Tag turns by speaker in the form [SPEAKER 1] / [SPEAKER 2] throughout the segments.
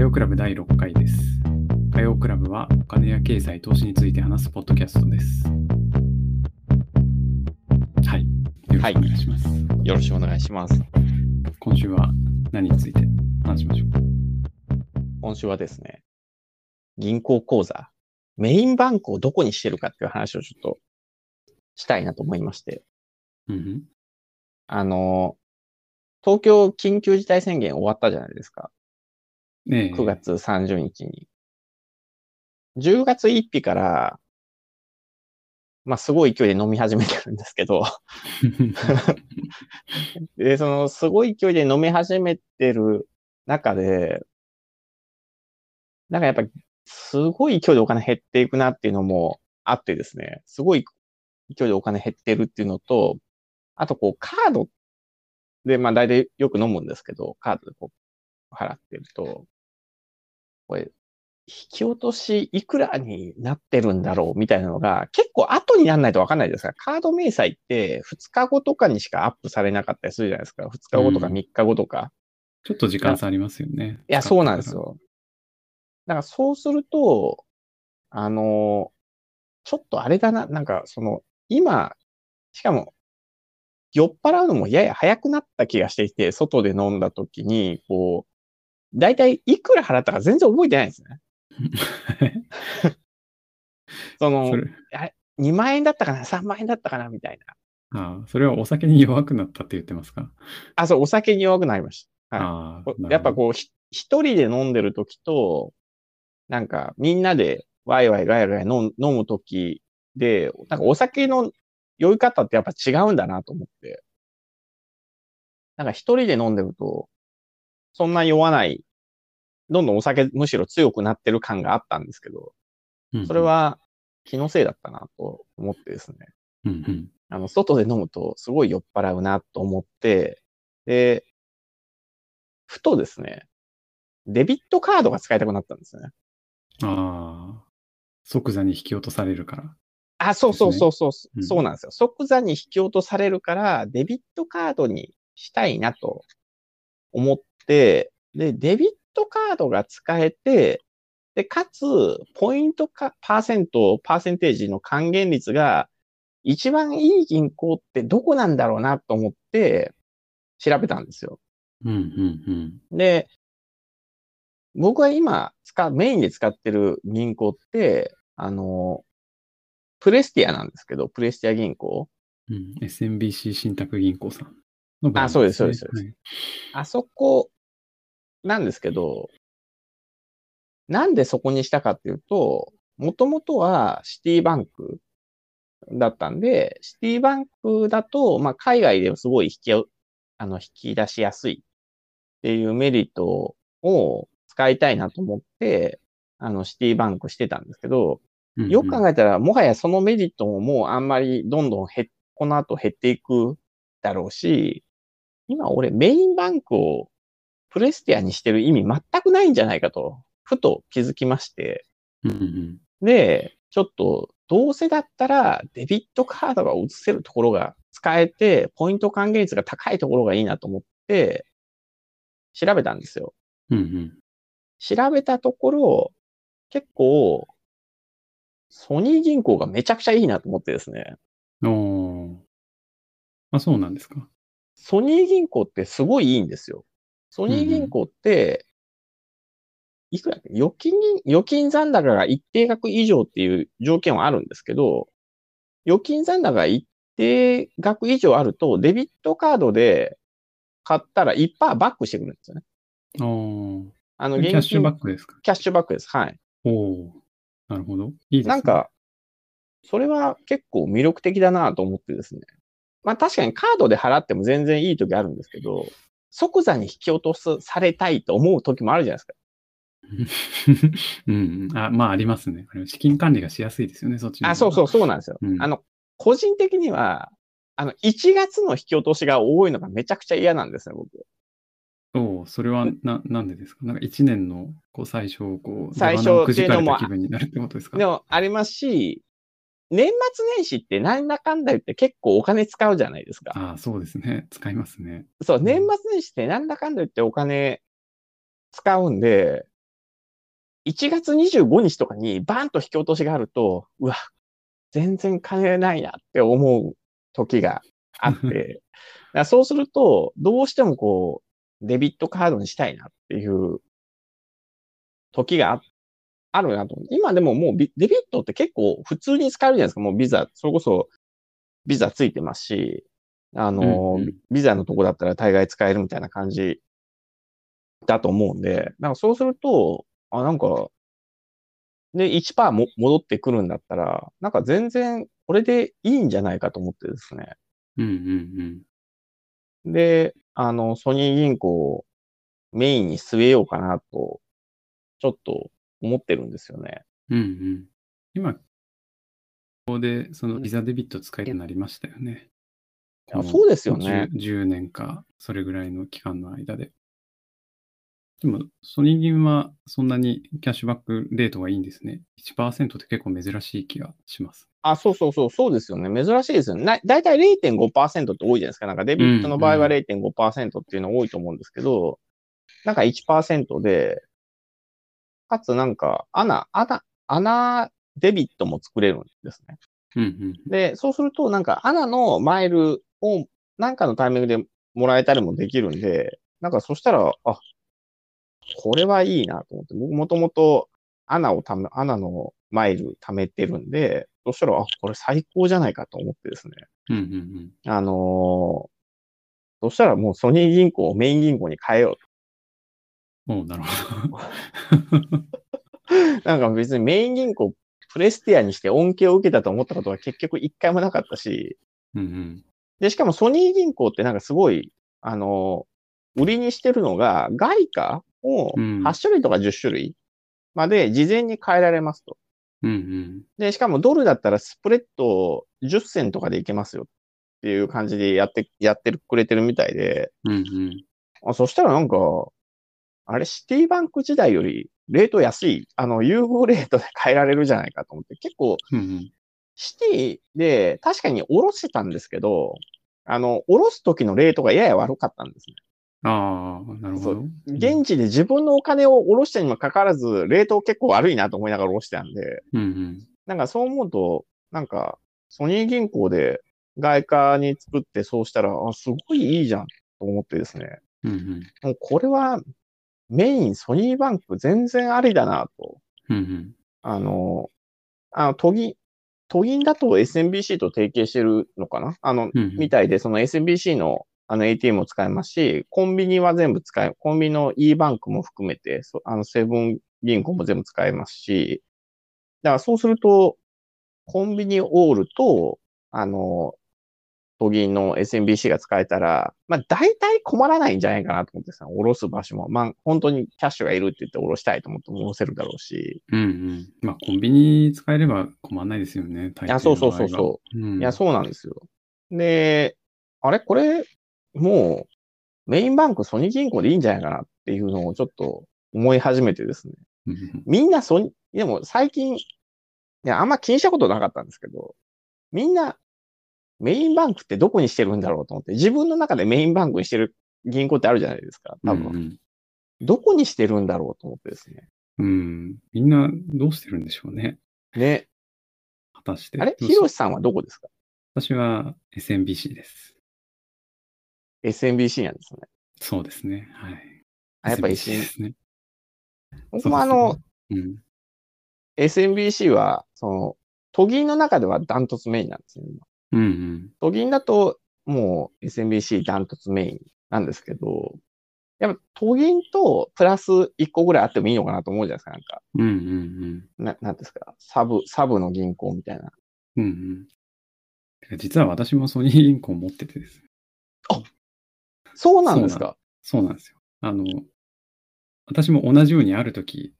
[SPEAKER 1] よクラブ第6回です。火曜クラブはお金や経済、投資について話すポッドキャストです。はい。よろしくお願いします。
[SPEAKER 2] よろしくお願いします。
[SPEAKER 1] 今週は何について話しましょうか
[SPEAKER 2] 今週はですね、銀行口座、メインバンクをどこにしてるかっていう話をちょっとしたいなと思いまして、
[SPEAKER 1] うん
[SPEAKER 2] あの、東京緊急事態宣言終わったじゃないですか。
[SPEAKER 1] うん。ねえ。
[SPEAKER 2] 9月30日に。10月1日から、まあ、すごい勢いで飲み始めてるんですけど、 で、その、すごい勢いで飲み始めてる中で、なんかやっぱ、すごい勢いでお金減っていくなっていうのもあってですね、すごい勢いでお金減ってるっていうのと、あとこう、カードで、まあ大体よく飲むんですけど、カードでこう、払ってると、これ、引き落としいくらになってるんだろうみたいなのが、結構後にならないとわかんないですから、カード明細って2日後とかにしかアップされなかったりするじゃないですか。2日後とか
[SPEAKER 1] うん
[SPEAKER 2] 3日後とか。
[SPEAKER 1] ちょっと時間差ありますよね。
[SPEAKER 2] いや、そうなんです。よ。だからそうすると、あの、ちょっとあれだな、なんかその、今、しかも、酔っ払うのもやや早くなった気がしていて、外で飲んだ時に、こう、だいたいいくら払ったか全然覚えてないんです ね。その
[SPEAKER 1] そ、れ
[SPEAKER 2] 2万円だったかな、3万円だったかな、みたいな。
[SPEAKER 1] ああそれはお酒に弱くなったって言ってますか、
[SPEAKER 2] あ、そう、お酒に弱くなりました。はい
[SPEAKER 1] ああ
[SPEAKER 2] こやっぱ
[SPEAKER 1] う。
[SPEAKER 2] こう、ひ一人で飲んでるときと、なんかみんなでワイワイガヤガヤ飲む飲むときで、なんかお酒の酔い方ってやっぱ違うんだなと思って。なんか一人で飲んでると、そんな酔わない、どんどんお酒むしろ強くなってる感があったんですけど、
[SPEAKER 1] うんうん
[SPEAKER 2] それ、は気のせいだったなと思ってですね。
[SPEAKER 1] うんうん
[SPEAKER 2] あの、外で飲むとすごい酔っ払うなと思って、で、ふとですね、デビットカードが使いたくなったんですね。
[SPEAKER 1] ああ、即座に引き落とされるから。
[SPEAKER 2] あ、そうそうそうそう、
[SPEAKER 1] うん
[SPEAKER 2] そうなんですよ。即座に引き落とされるから、デビットカードにしたいなと思って、で、デビットカードが使えて、で、かつ、ポイントか、パーセント、パーセンテージの還元率が、一番いい銀行ってどこなんだろうなと思って、調べたんですよ。
[SPEAKER 1] うんうん
[SPEAKER 2] で、僕が今使う、メインで使ってる銀行って、あの、プレスティアなんですけど、プレスティア銀行。
[SPEAKER 1] うん。うん、SMBC 信託銀行さんのブランド
[SPEAKER 2] あそうです
[SPEAKER 1] ね
[SPEAKER 2] そうですそうあそこなんですけど、なんでそこにしたかっていうと、もともとはシティバンクだったんで、シティバンクだと、まあ、海外でもすごい引きよ、あの、引き出しやすいっていうメリットを使いたいなと思って、あの、シティバンクしてたんですけど、
[SPEAKER 1] はい
[SPEAKER 2] よく考
[SPEAKER 1] え
[SPEAKER 2] えたら、もはやそのメリットももうあんまりどんどん減っ、この後減っていくだろうし、今俺メインバンクをプレスティアにしてる意味全くないんじゃないかと、ふと気づきまして、
[SPEAKER 1] うんうん
[SPEAKER 2] で、ちょっとどうせだったらデビットカードが移せるところが使えて、ポイント還元率が高いところがいいなと思って、調べたんですよ。
[SPEAKER 1] うんうん
[SPEAKER 2] 調べたところ、結構、ソニー銀行がめちゃくちゃいいなと思ってですね。
[SPEAKER 1] うん。おーあ、そうなんですか。
[SPEAKER 2] ソニー銀行ってすごいいいんですよ。ソニー銀行って、いくらだっけ預金に、預金残高が一定額以上っていう条件はあるんですけど、預金残高が一定額以上あると、デビットカードで買ったら1%バックしてくるんですよね。
[SPEAKER 1] おー
[SPEAKER 2] あの、
[SPEAKER 1] キ
[SPEAKER 2] 現金
[SPEAKER 1] ャッシュバックですか。
[SPEAKER 2] キャッシュバックです。はい。
[SPEAKER 1] おおーなるほど。いいですね。
[SPEAKER 2] なん、か、それは結構魅力的だなと思ってですね。まあ確かにカードで払っても全然いい時あるんですけど、即座に引き落とすされたいと思う時もあるじゃないですか。
[SPEAKER 1] うんうん。あ、まあ、ありますね。あれ資金管理がしやすいですよね、そっちの方が
[SPEAKER 2] あ、そうそう、そうなんですよ。
[SPEAKER 1] うん
[SPEAKER 2] あの、個人的には、あの、1月の引き落としが多いのがめちゃくちゃ嫌なんですね、僕。
[SPEAKER 1] おおそれはな、なんでですかなんか一年のこう最初をこう、
[SPEAKER 2] 最初
[SPEAKER 1] 出花をくじかれ
[SPEAKER 2] っていうの
[SPEAKER 1] た
[SPEAKER 2] も
[SPEAKER 1] 気分になるってことですか
[SPEAKER 2] でもありますし、年末年始ってなんだかんだ言って結構お金使うじゃないですか。
[SPEAKER 1] ああ、そうですね。使いますね。
[SPEAKER 2] そう、年末年始ってなんだかんだ言ってお金使うんで、 1月25日とかにバーンと引き落としがあると、うわ、全然金ないなって思う時があって、だからそうすると、どうしてもこう、デビットカードにしたいなっていう時がああるなと思う。今でももうビデビットって結構普通に使えるじゃないですか。もうビザ、それこそビザついてますし、あの、
[SPEAKER 1] うんうん
[SPEAKER 2] ビザのとこだったら大概使えるみたいな感じだと思うんで、なんかそうすると、あ、なんか、で、1%も戻ってくるんだったら、なんか全然これでいいんじゃないかと思ってですね。
[SPEAKER 1] うんうん
[SPEAKER 2] で、あの、ソニー銀行をメインに据えようかなと、ちょっと思ってるんですよね。
[SPEAKER 1] うん。うんうん。今、ここでそのビザデビット使えるようになりましたよね。
[SPEAKER 2] いやそうですよね。
[SPEAKER 1] 10。10年か、それぐらいの期間の間で。でも、ソニー銀はそんなにキャッシュバックレートがいいんですね。1%って結構珍しい気がします。
[SPEAKER 2] あ、そうそうそう、そうですよね。珍しいですよね。なだいたい0.5%って多いじゃないですか。なんかデビットの場合は
[SPEAKER 1] うんう
[SPEAKER 2] 0.5%っていうの多いと思うんですけど、なんか1%で、かつなんか、アナ、アナ、アナデビットも作れるんですね。
[SPEAKER 1] うん
[SPEAKER 2] で、そうするとなんか、アナのマイルをなんかのタイミングでもらえたりもできるんで、なんかそしたら、あ、これはいいなと思って、僕もともとアナをため、アナのマイル貯めてるんで、そしたら、あ、これ最高じゃないかと思ってですね。
[SPEAKER 1] うん。うんうんうん。
[SPEAKER 2] あのーそしたらもうソニー銀行をメイン銀行に変えよう
[SPEAKER 1] おうなるほど。
[SPEAKER 2] なんか別にメイン銀行、プレスティアにして恩恵を受けたと思ったことは結局一回もなかったし、
[SPEAKER 1] うん
[SPEAKER 2] で、しかもソニー銀行ってなんかすごい、あの、売りにしてるのが、外貨を
[SPEAKER 1] うん
[SPEAKER 2] 8種類とか10種類まで事前に変えられますと。
[SPEAKER 1] うん。うん
[SPEAKER 2] で、しかもドルだったらスプレッド10銭とかでいけますよっていう感じでやって、やってくれてるみたいで、
[SPEAKER 1] うん。うんうん。
[SPEAKER 2] あそしたらなんか、あれ、シティバンク時代よりレート安い、あの、融合レートで変えられるじゃないかと思って、結構
[SPEAKER 1] うんうん。
[SPEAKER 2] シティで確かに下ろしてたんですけど、あの、下ろす時のレートがやや悪かったんですね。
[SPEAKER 1] ああ、なるほど。うん
[SPEAKER 2] 現地で自分のお金を下ろしたにもかかわらず、レート結構悪いなと思いながら下ろしてたんで、
[SPEAKER 1] うん
[SPEAKER 2] なんかそう思うと、なんか、ソニー銀行で外貨に作ってそうしたら、あ、すごいいいじゃんと思ってですね。
[SPEAKER 1] うん。うんうん。
[SPEAKER 2] もうこれはメインソニーバンク全然ありだなと。
[SPEAKER 1] うんうん。
[SPEAKER 2] あの、あの、都議、都銀だと SMBC と提携してるのかなあの、
[SPEAKER 1] うんうん
[SPEAKER 2] みたいで、その SBC のあの ATM も使えますし、コンビニは全部使え、コンビニの e バンクも含めて、そあのセブン銀行も全部使えますし、だからそうすると、コンビニオールと、あの、都銀の SMBC が使えたら、まあ大体困らないんじゃないかなと思ってさ、下ろす場所も、まあ本当にキャッシュがいるって言って下ろしたいと思っても下ろせるだろうし、
[SPEAKER 1] うんうん。まあ、コンビニ使えれば困らないですよね。
[SPEAKER 2] いや、そうそうそうそう。
[SPEAKER 1] う。うん、
[SPEAKER 2] いや、そうなんですよ。で、あれこれ、もう、メインバンクソニー銀行でいいんじゃないかなっていうのをちょっと思い始めてですね。
[SPEAKER 1] うんうん。
[SPEAKER 2] みんなソニー、でも最近、いや、あんま気にしたことなかったんですけど、みんな、メインバンクってどこにしてるんだろうと思って、自分の中でメインバンクにしてる銀行ってあるじゃないですか。多分、
[SPEAKER 1] うん
[SPEAKER 2] どこにしてるんだろうと思ってですね。
[SPEAKER 1] うん、うん。みんなどうしてるんでしょうね。
[SPEAKER 2] ね。
[SPEAKER 1] 果たして。
[SPEAKER 2] あれ
[SPEAKER 1] でも
[SPEAKER 2] ヒロシさんはどこですか
[SPEAKER 1] 私は SMBC です。
[SPEAKER 2] ?SMBC なんですね。
[SPEAKER 1] そうですね。はい。
[SPEAKER 2] あやっぱ
[SPEAKER 1] SMBC ですね。
[SPEAKER 2] 僕もあの、
[SPEAKER 1] うん。
[SPEAKER 2] SMBC は、その、都銀の中ではダントツメインなんですよ、今。
[SPEAKER 1] うんうん。
[SPEAKER 2] 都銀だと、もう SMBC ダントツメインなんですけど、やっぱ都銀とプラス1個ぐらいあってもいいのかなと思うじゃないですか、なんか。
[SPEAKER 1] うんうん
[SPEAKER 2] な、なんですか。サブ、サブの銀行みたいな。
[SPEAKER 1] うん。うんうん。てか実は私もソニー銀行持っててですね
[SPEAKER 2] そうなんですか。
[SPEAKER 1] そうなんですよ。あの、私も同じようにある時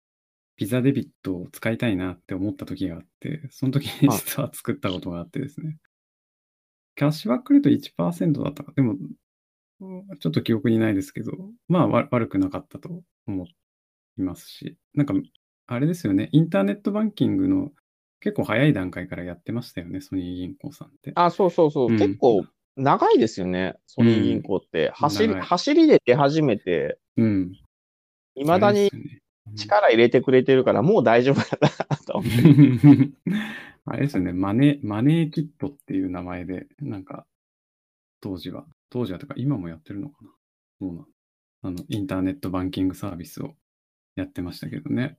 [SPEAKER 1] ビザデビットを使いたいなって思った時があって、その時に
[SPEAKER 2] はい
[SPEAKER 1] 実は作ったことがあってですね。キャッシュバックレート1%だったか、でも、うんちょっと記憶にないですけど、まあわ悪くなかったと思いますし、なんか、あれですよね、インターネットバンキングの結構早い段階からやってましたよね、ソニー銀行さんって。
[SPEAKER 2] あ、そうそうそう。
[SPEAKER 1] うん
[SPEAKER 2] 結構長いですよね、ソニー銀行って。走り、
[SPEAKER 1] 長い
[SPEAKER 2] 走りで出始めて、
[SPEAKER 1] うん。
[SPEAKER 2] 未だ
[SPEAKER 1] あれで
[SPEAKER 2] に
[SPEAKER 1] すよね
[SPEAKER 2] 力入れてくれてるから、もう大丈夫だなと思って。
[SPEAKER 1] あれですよね、マネ、マネーキットっていう名前で、なんか、当時は、当時はとか今もやってるのかな。そうなんあの、インターネットバンキングサービスをやってましたけどね。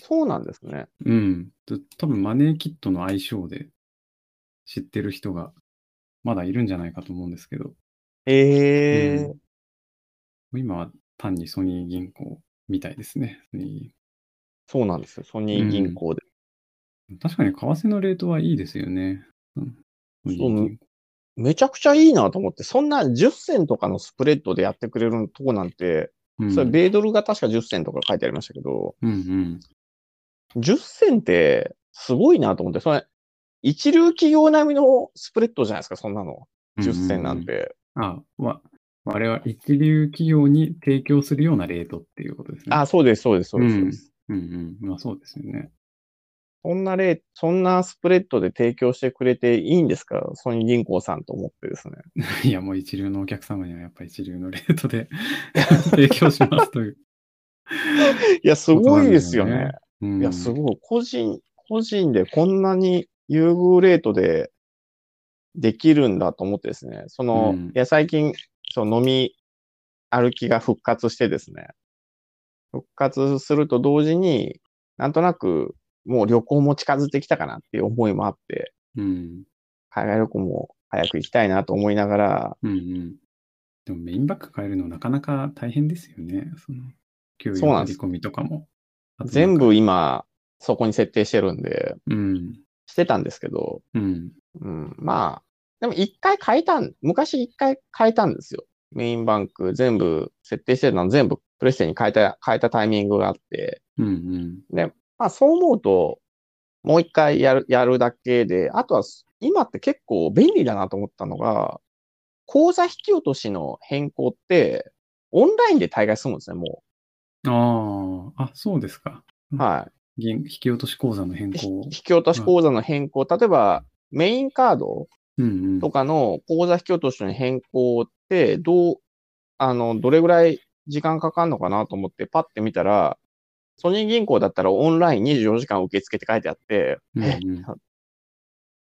[SPEAKER 2] そうなんですね。
[SPEAKER 1] うん。と多分マネーキットの愛称で知ってる人がまだいるんじゃないかと思うんですけど、
[SPEAKER 2] ええ
[SPEAKER 1] うん今は単にソニー銀行みたいですね。ソニー銀行
[SPEAKER 2] そうなんですよ。ソニー銀行で。
[SPEAKER 1] 確かに為替のレートはいいですよね。うん。
[SPEAKER 2] そうめちゃくちゃいいなと思って、そんな10銭とかのスプレッドでやってくれるとこなんて、
[SPEAKER 1] うん。
[SPEAKER 2] それ米ドルが確か10銭とか書いてありましたけど、
[SPEAKER 1] うんうん。
[SPEAKER 2] 10銭ってすごいなと思って、それ、一流企業並みのスプレッドじゃないですか、そんなの。10銭なんて。
[SPEAKER 1] あ、わ、我々一流企業に提供するようなレートっていうことですね。
[SPEAKER 2] あ、、そうです、そうです、そうです。そうです
[SPEAKER 1] うんうん。まあそうですよね。
[SPEAKER 2] そんな例、そんなスプレッドで提供してくれていいんですかソニー銀行さんと思ってですね。
[SPEAKER 1] いや、もう一流のお客様にはやっぱり一流のレートで 提供しますという。
[SPEAKER 2] いや、すごいですよね。
[SPEAKER 1] うん、
[SPEAKER 2] いや、すごい。個人、個人でこんなに優遇レートでできるんだと思ってですね。その、
[SPEAKER 1] うん
[SPEAKER 2] いや、最近、その飲み歩きが復活してですね。復活すると同時に、なんとなく、もう旅行も近づいてきたかなっていう思いもあって、
[SPEAKER 1] うん。
[SPEAKER 2] 海外旅行も早く行きたいなと思いながら、
[SPEAKER 1] うんうん。でもメインバッグ変えるのなかなか大変ですよね。その、給与
[SPEAKER 2] そうなん
[SPEAKER 1] 振
[SPEAKER 2] で
[SPEAKER 1] り
[SPEAKER 2] す
[SPEAKER 1] 込みとかも。あと
[SPEAKER 2] 全部今、そこに設定してるんで、
[SPEAKER 1] うん。
[SPEAKER 2] してたんですけど、
[SPEAKER 1] うん。
[SPEAKER 2] うん、まあ、でも一回変えたん、昔一回変えたんですよ。メインバンク全部、設定してるの全部プレステに変えた、変えたタイミングがあって、
[SPEAKER 1] うんうん。
[SPEAKER 2] まあそう思うと、もう一回やる、やるだけで、あとは今って結構便利だなと思ったのが、口座引き落としの変更って、オンラインで大概済むんですね、も
[SPEAKER 1] ああ、あ、そうですか。
[SPEAKER 2] う。はい。
[SPEAKER 1] 銀引き落とし口座の変更
[SPEAKER 2] 引。き落とし口座の変更、例えばメインカード
[SPEAKER 1] うんう
[SPEAKER 2] と
[SPEAKER 1] ん。
[SPEAKER 2] かの口座引き落としの変更って、どう、あの、どれぐらい時間かかるのかなと思って、パッて見たら、ソニー銀行だったらオンライン24時間受付って書いてあって、
[SPEAKER 1] うんうん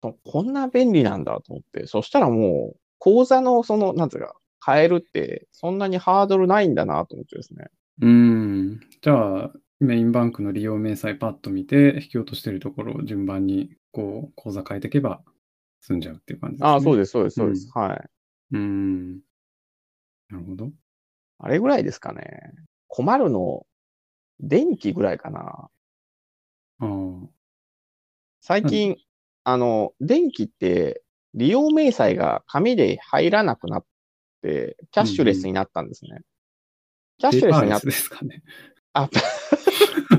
[SPEAKER 2] とこんな便利なんだと思って、そしたらもう、口座のその、なんつうか、変えるって、そんなにハードルないんだなと思ってですね。
[SPEAKER 1] うん。じゃあ、メインバンクの利用明細パッと見て、引き落としてるところを順番に、こう、口座変えていけば済んじゃうっていう感じですね。
[SPEAKER 2] ああ、そう
[SPEAKER 1] す。
[SPEAKER 2] です、そうです、そうです。はい。
[SPEAKER 1] うん。なるほど。
[SPEAKER 2] あれぐらいですかね。困るの、電気ぐらいかな。
[SPEAKER 1] ああ。
[SPEAKER 2] 最近、あの、電気って、利用明細が紙で入らなくなって、キャッシュレスになったんですね。キャッシュレスになっ
[SPEAKER 1] ペーパーレスですかね。
[SPEAKER 2] あ、
[SPEAKER 1] キ
[SPEAKER 2] そう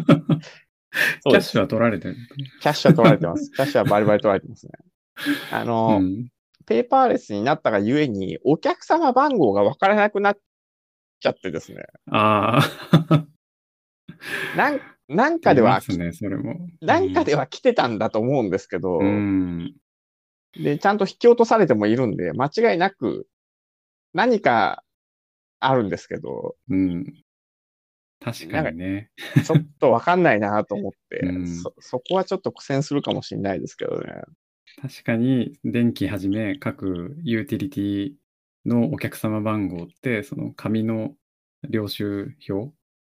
[SPEAKER 1] ャッ
[SPEAKER 2] です
[SPEAKER 1] シュは取られてる。
[SPEAKER 2] キャッシュは取られてます。キャッシュはバリバリ取られてますね。あ
[SPEAKER 1] う
[SPEAKER 2] の、
[SPEAKER 1] ん。
[SPEAKER 2] ペーパーレスになったがゆえに、お客様番号がわからなくなっちゃってですね。
[SPEAKER 1] あ あ。
[SPEAKER 2] なん、なんかで
[SPEAKER 1] あ
[SPEAKER 2] は
[SPEAKER 1] り、ますね、それも。
[SPEAKER 2] なんかでは来てたんだと思うんですけど、
[SPEAKER 1] うん。
[SPEAKER 2] で、ちゃんと引き落とされてもいるんで、間違いなく、何かあるんですけど、
[SPEAKER 1] うん。確かにね。
[SPEAKER 2] ちょっとわかんないなと思って、
[SPEAKER 1] うん
[SPEAKER 2] そ、そこはちょっと苦戦するかもしれないですけどね。
[SPEAKER 1] 確かに電気はじめ各ユーティリティのお客様番号ってその紙の領収表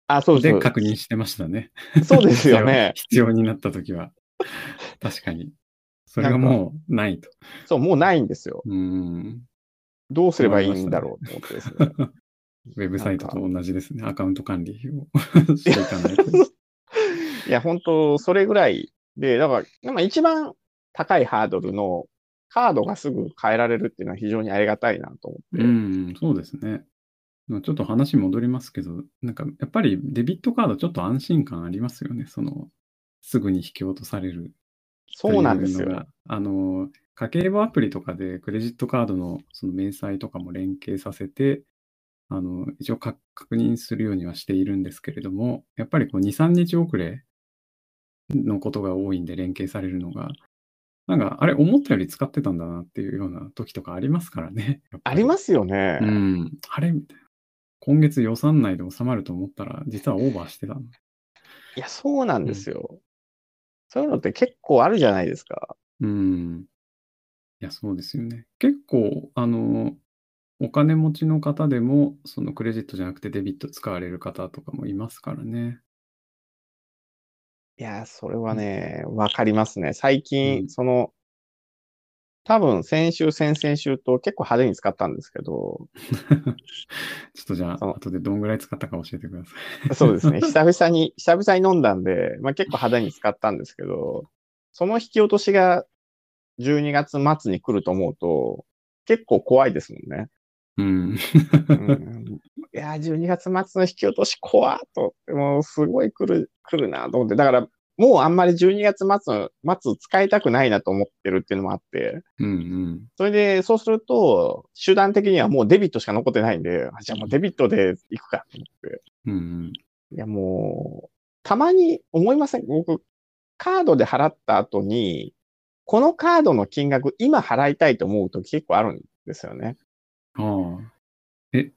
[SPEAKER 2] あ、そうです。
[SPEAKER 1] で確認してましたね。。
[SPEAKER 2] そうですよね
[SPEAKER 1] 必要に なった時は。確かに。それがもうないと。
[SPEAKER 2] そう、もうないんですよ。
[SPEAKER 1] うん。
[SPEAKER 2] どうすればいいんだろうと思ってですね。
[SPEAKER 1] ウェブサイトと
[SPEAKER 2] なんか
[SPEAKER 1] 同じですね。アカウント管理をしていかないと。
[SPEAKER 2] いや、本当それぐらいで、だから、でも一番高いハードルのカードがすぐ変えられるっていうのは非常にありがたいなと思って。
[SPEAKER 1] うん、そうですね。まあちょっと話戻りますけど、なんかやっぱりデビットカードちょっと安心感ありますよね。その、すぐに引き落とされる
[SPEAKER 2] そうなんです
[SPEAKER 1] というの
[SPEAKER 2] よ。
[SPEAKER 1] があの、家計簿アプリとかでクレジットカードのその明細とかも連携させて、あの、一応か確認するようにはしているんですけれども、やっぱりこう2、3日遅れのことが多いんで連携されるのが、なんか、あれ、思ったより使ってたんだなっていうような時とかありますからね。
[SPEAKER 2] ありますすよね。
[SPEAKER 1] うん。あれみたいな。今月予算内で収まると思ったら、実はオーバーしてたの。
[SPEAKER 2] いや、そうなんですよ。そういうのって結構あるじゃないですか。
[SPEAKER 1] うん。いや、そうですよね。結構、あの、お金持ちの方でも、そのクレジットじゃなくてデビット使われる方とかもいますからね。
[SPEAKER 2] いや、それはね、わかりますね。最
[SPEAKER 1] う
[SPEAKER 2] 近、
[SPEAKER 1] ん
[SPEAKER 2] その、多分先週、先々週と結構派手に使ったんですけど、
[SPEAKER 1] ちょっとじゃ
[SPEAKER 2] そ
[SPEAKER 1] あ、
[SPEAKER 2] の
[SPEAKER 1] 後でどんぐらい使ったか教えてくださ
[SPEAKER 2] そうですね。久々に、久々に飲んだんで、まあ結構派手に使ったんですけど、その引き落としが12月末に来ると思うと、結構怖いですもんね。
[SPEAKER 1] い。 うん。
[SPEAKER 2] うんいやー、12月末の引き落とし怖っと、もうすごい来る、来るなと思って、だからもうあんまり12月末の、末使いたくないなと思ってるっていうのもあって、
[SPEAKER 1] うんうん。
[SPEAKER 2] それで、そうすると、手段的にはもうデビットしか残ってないんで、あじゃあもうデビットで行くかと思って。
[SPEAKER 1] うんうん。
[SPEAKER 2] いや、もう、たまに思いません僕、カードで払った後に、このカードの金額今払いたいと思うと結構あるんですよね。
[SPEAKER 1] ああ。え、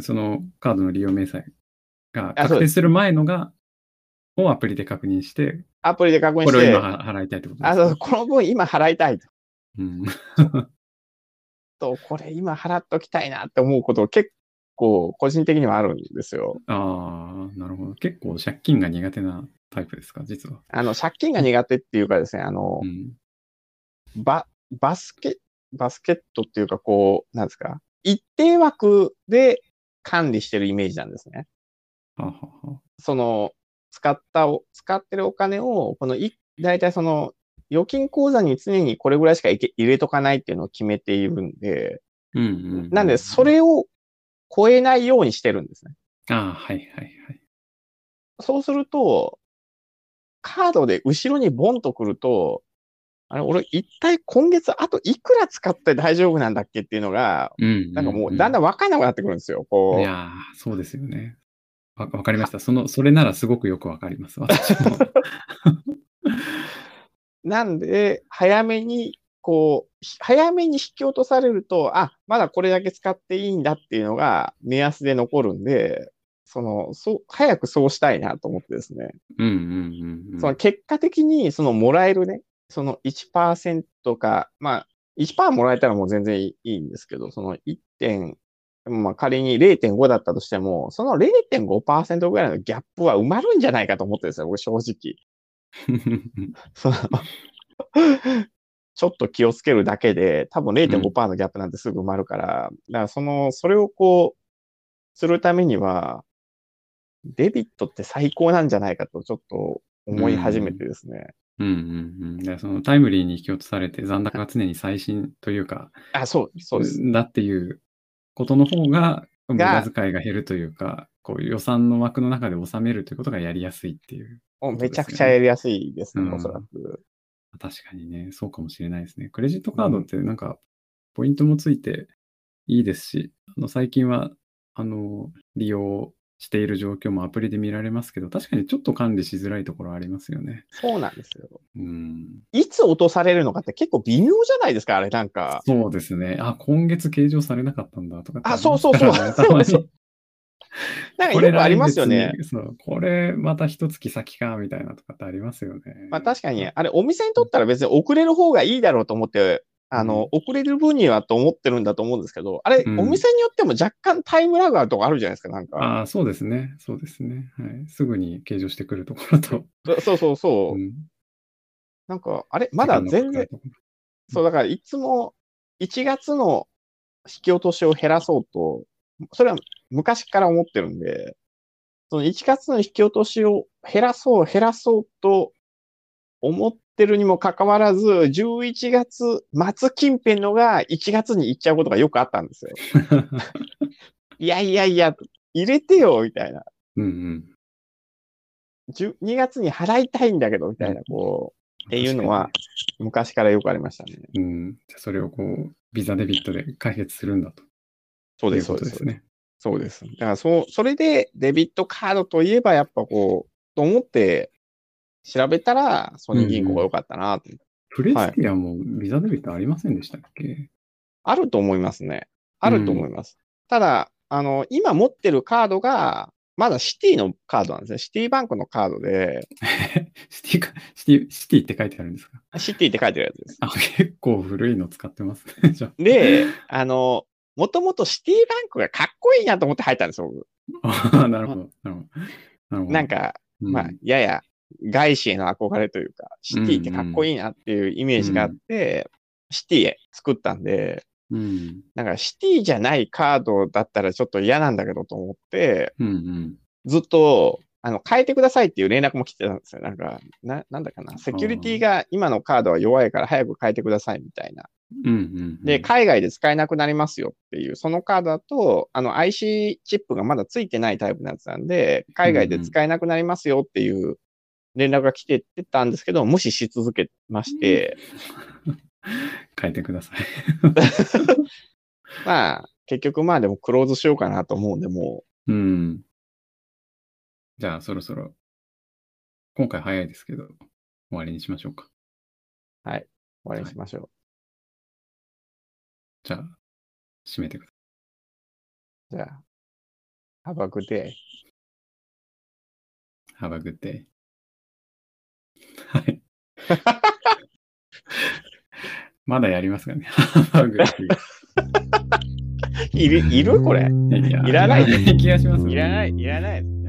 [SPEAKER 1] そのカードの利用明細が
[SPEAKER 2] あそう
[SPEAKER 1] 確
[SPEAKER 2] で
[SPEAKER 1] 定
[SPEAKER 2] す
[SPEAKER 1] する前のが、をアプリで確認して、
[SPEAKER 2] アプリで確認して。
[SPEAKER 1] これを今払いたいってことです
[SPEAKER 2] あ、
[SPEAKER 1] か
[SPEAKER 2] そうそう、この分今払いたいと。
[SPEAKER 1] うん。
[SPEAKER 2] と、これ今払っときたいなって思うこと結構個人的にはあるんですよ。
[SPEAKER 1] ああ、なるほど。結構借金が苦手なタイプですか、実は。
[SPEAKER 2] あの、借金が苦手っていうかですね、あの
[SPEAKER 1] う、ん。
[SPEAKER 2] バ、バスケ、バスケットっていうかこう、なんですか、一定枠で管理してるイメージなんですね。
[SPEAKER 1] はあはあはあ
[SPEAKER 2] その、使ったお、使ってるお金を、このい、大体その、預金口座に常にこれぐらいしかいけ入れとかないっていうのを決めているんで、
[SPEAKER 1] うんうんうん。
[SPEAKER 2] なんで、それを超えないようにしてるんですね。
[SPEAKER 1] ああ、はいはいはい。
[SPEAKER 2] そうすると、カードで後ろにボンとくると、あれ、俺一体今月あといくら使って大丈夫なんだっけっていうのが、
[SPEAKER 1] うんう
[SPEAKER 2] なんかもうだんだん分かんなくなってくるんですよ。こ。
[SPEAKER 1] いうやーそうですよね。わわかりました。その、それならすごくよくわかります。私も。
[SPEAKER 2] なんで、早めに、こう、ひ早めに引き落とされると、あ、まだこれだけ使っていいんだっていうのが目安で残るんで、その、そう、早くそうしたいなと思ってですね。
[SPEAKER 1] うんうんうんうん。
[SPEAKER 2] その結果的に、そのもらえるね、その1%か、まあ、1%もらえたらもう全然いいんですけど、その1点、まあ仮に0.5だったとしても、その0.5%ぐらいのギャップは埋まるんじゃないかと思ってるんですよ、僕正直。その ちょっと気をつけるだけで、多分0.5%のギャップなんてすぐ埋まるから、だからその、それをこう、するためには、デビットって最高なんじゃないかとちょっと思い始めてですね。
[SPEAKER 1] うんうんうん。で、そのタイムリーに引き落とされて、残高が常に最新というか、
[SPEAKER 2] あ、そう、そうです。
[SPEAKER 1] だっていうことの方が、無
[SPEAKER 2] が
[SPEAKER 1] 駄遣いが減るというか、こう予算の枠の中で収めるということがやりやすいっていう。
[SPEAKER 2] もう
[SPEAKER 1] そうですね
[SPEAKER 2] めちゃくちゃやりやすいです
[SPEAKER 1] う
[SPEAKER 2] ね、
[SPEAKER 1] ん
[SPEAKER 2] おそらく。
[SPEAKER 1] 確かにね、そうかもしれないですね。クレジットカードってなんか、ポイントもついていいですし、あの最近は、あの、利用している状況もアプリで見られますけど、確かにちょっと管理しづらいところありますよね。
[SPEAKER 2] そうなんですよ。
[SPEAKER 1] うん。
[SPEAKER 2] いつ落とされるのかって結構微妙じゃないですか、あれなんか。
[SPEAKER 1] そうですね。あ、今月計上されなかったんだとかって
[SPEAKER 2] あ
[SPEAKER 1] ります
[SPEAKER 2] そうそうそう
[SPEAKER 1] からね
[SPEAKER 2] そう
[SPEAKER 1] たまに
[SPEAKER 2] そうなんか
[SPEAKER 1] こ
[SPEAKER 2] よ
[SPEAKER 1] れ
[SPEAKER 2] くありますよね
[SPEAKER 1] 来。月にそう、これまた一月先か、みたいなとかってありますよね。
[SPEAKER 2] まあ確かに、あれお店にとったら別に遅れる方がいいだろうと思って、あの、遅れる分にはと思ってるんだと思うんですけど、あれ、
[SPEAKER 1] うん
[SPEAKER 2] お店によっても若干タイムラグあるとかあるじゃないですか、なんか。
[SPEAKER 1] ああ、そうですね。そうですね。はい。すぐに計上してくるところと。
[SPEAKER 2] そうそうそうう。
[SPEAKER 1] ん
[SPEAKER 2] なんか、あれ、まだ全然、。そう、だからいつも1月の引き落としを減らそうと、それは昔から思ってるんで、その1月の引き落としを減らそう、減らそうと思ってるにもかかわらず、11月末近辺のが1月に行っちゃうことがよくあったんですよ。
[SPEAKER 1] 時間がかかる
[SPEAKER 2] いやいやいや、入れてよ、みたいな。
[SPEAKER 1] うんうん。
[SPEAKER 2] 10 2月に払いたいんだけど、みたいな、こう、っていうのは昔からよくありましたね。
[SPEAKER 1] 確かに。うん。じゃあそれをこう、ビザデビットで解決するんだと。
[SPEAKER 2] そう
[SPEAKER 1] い
[SPEAKER 2] で
[SPEAKER 1] う
[SPEAKER 2] す、そ
[SPEAKER 1] こ
[SPEAKER 2] う
[SPEAKER 1] と
[SPEAKER 2] で。
[SPEAKER 1] ですすね。
[SPEAKER 2] そうです。だからそう、それでデビットカードといえばやっぱこう、と思って調べたら、ソニー銀行が良かったなと、
[SPEAKER 1] プレスティアもビザデビットありませんでしたっけ、
[SPEAKER 2] あると思いますね。あると思います。ただ、あの、今持ってるカードが、まだシティのカードなんですね。シティバンクのカードで、
[SPEAKER 1] シティか、シティ、シティって書いてあるんですか
[SPEAKER 2] シティって書いてるやつです。
[SPEAKER 1] あ、結構古いの使ってますね。じゃ
[SPEAKER 2] で、あの、もともとシティバンクがかっこいいなと思って入ったんですよ、僕。
[SPEAKER 1] あ。あなるほど。なるほど。なるほど
[SPEAKER 2] なん、か、
[SPEAKER 1] うん
[SPEAKER 2] まあ、やや外資への憧れというか、シティってかっこいいなっていうイメージがあって、シティへ作ったんで、
[SPEAKER 1] うん。
[SPEAKER 2] なんかシティじゃないカードだったらちょっと嫌なんだけどと思って、
[SPEAKER 1] うんうん。
[SPEAKER 2] ずっと、あの、変えてくださいっていう連絡も来てたんですよ。なんか、な、なんだかな。セキュリティが今のカードは弱いから早く変えてくださいみたいな。
[SPEAKER 1] うんうん。
[SPEAKER 2] で、海外で使えなくなりますよっていう、そのカードだと、あの IC チップがまだついてないタイプのやつなんで、海外で使えなくなりますよっていう連絡が来てたんですけど、無視し続けまして、
[SPEAKER 1] 変えてください。
[SPEAKER 2] まあ、結局まあでもクローズしようかなと思うんで、も
[SPEAKER 1] うん。じゃあ、そろそろ、今回早いですけど、終わりにしましょうか。
[SPEAKER 2] う終わりにしましょう。
[SPEAKER 1] じゃあ、締めてください。
[SPEAKER 2] じゃあ、Have a good day.
[SPEAKER 1] Have a good day. はい。 まだやりますかね。Have a good
[SPEAKER 2] いる、いるこれ。
[SPEAKER 1] day. いや
[SPEAKER 2] いらない
[SPEAKER 1] 気がしますね
[SPEAKER 2] いらない、いらない。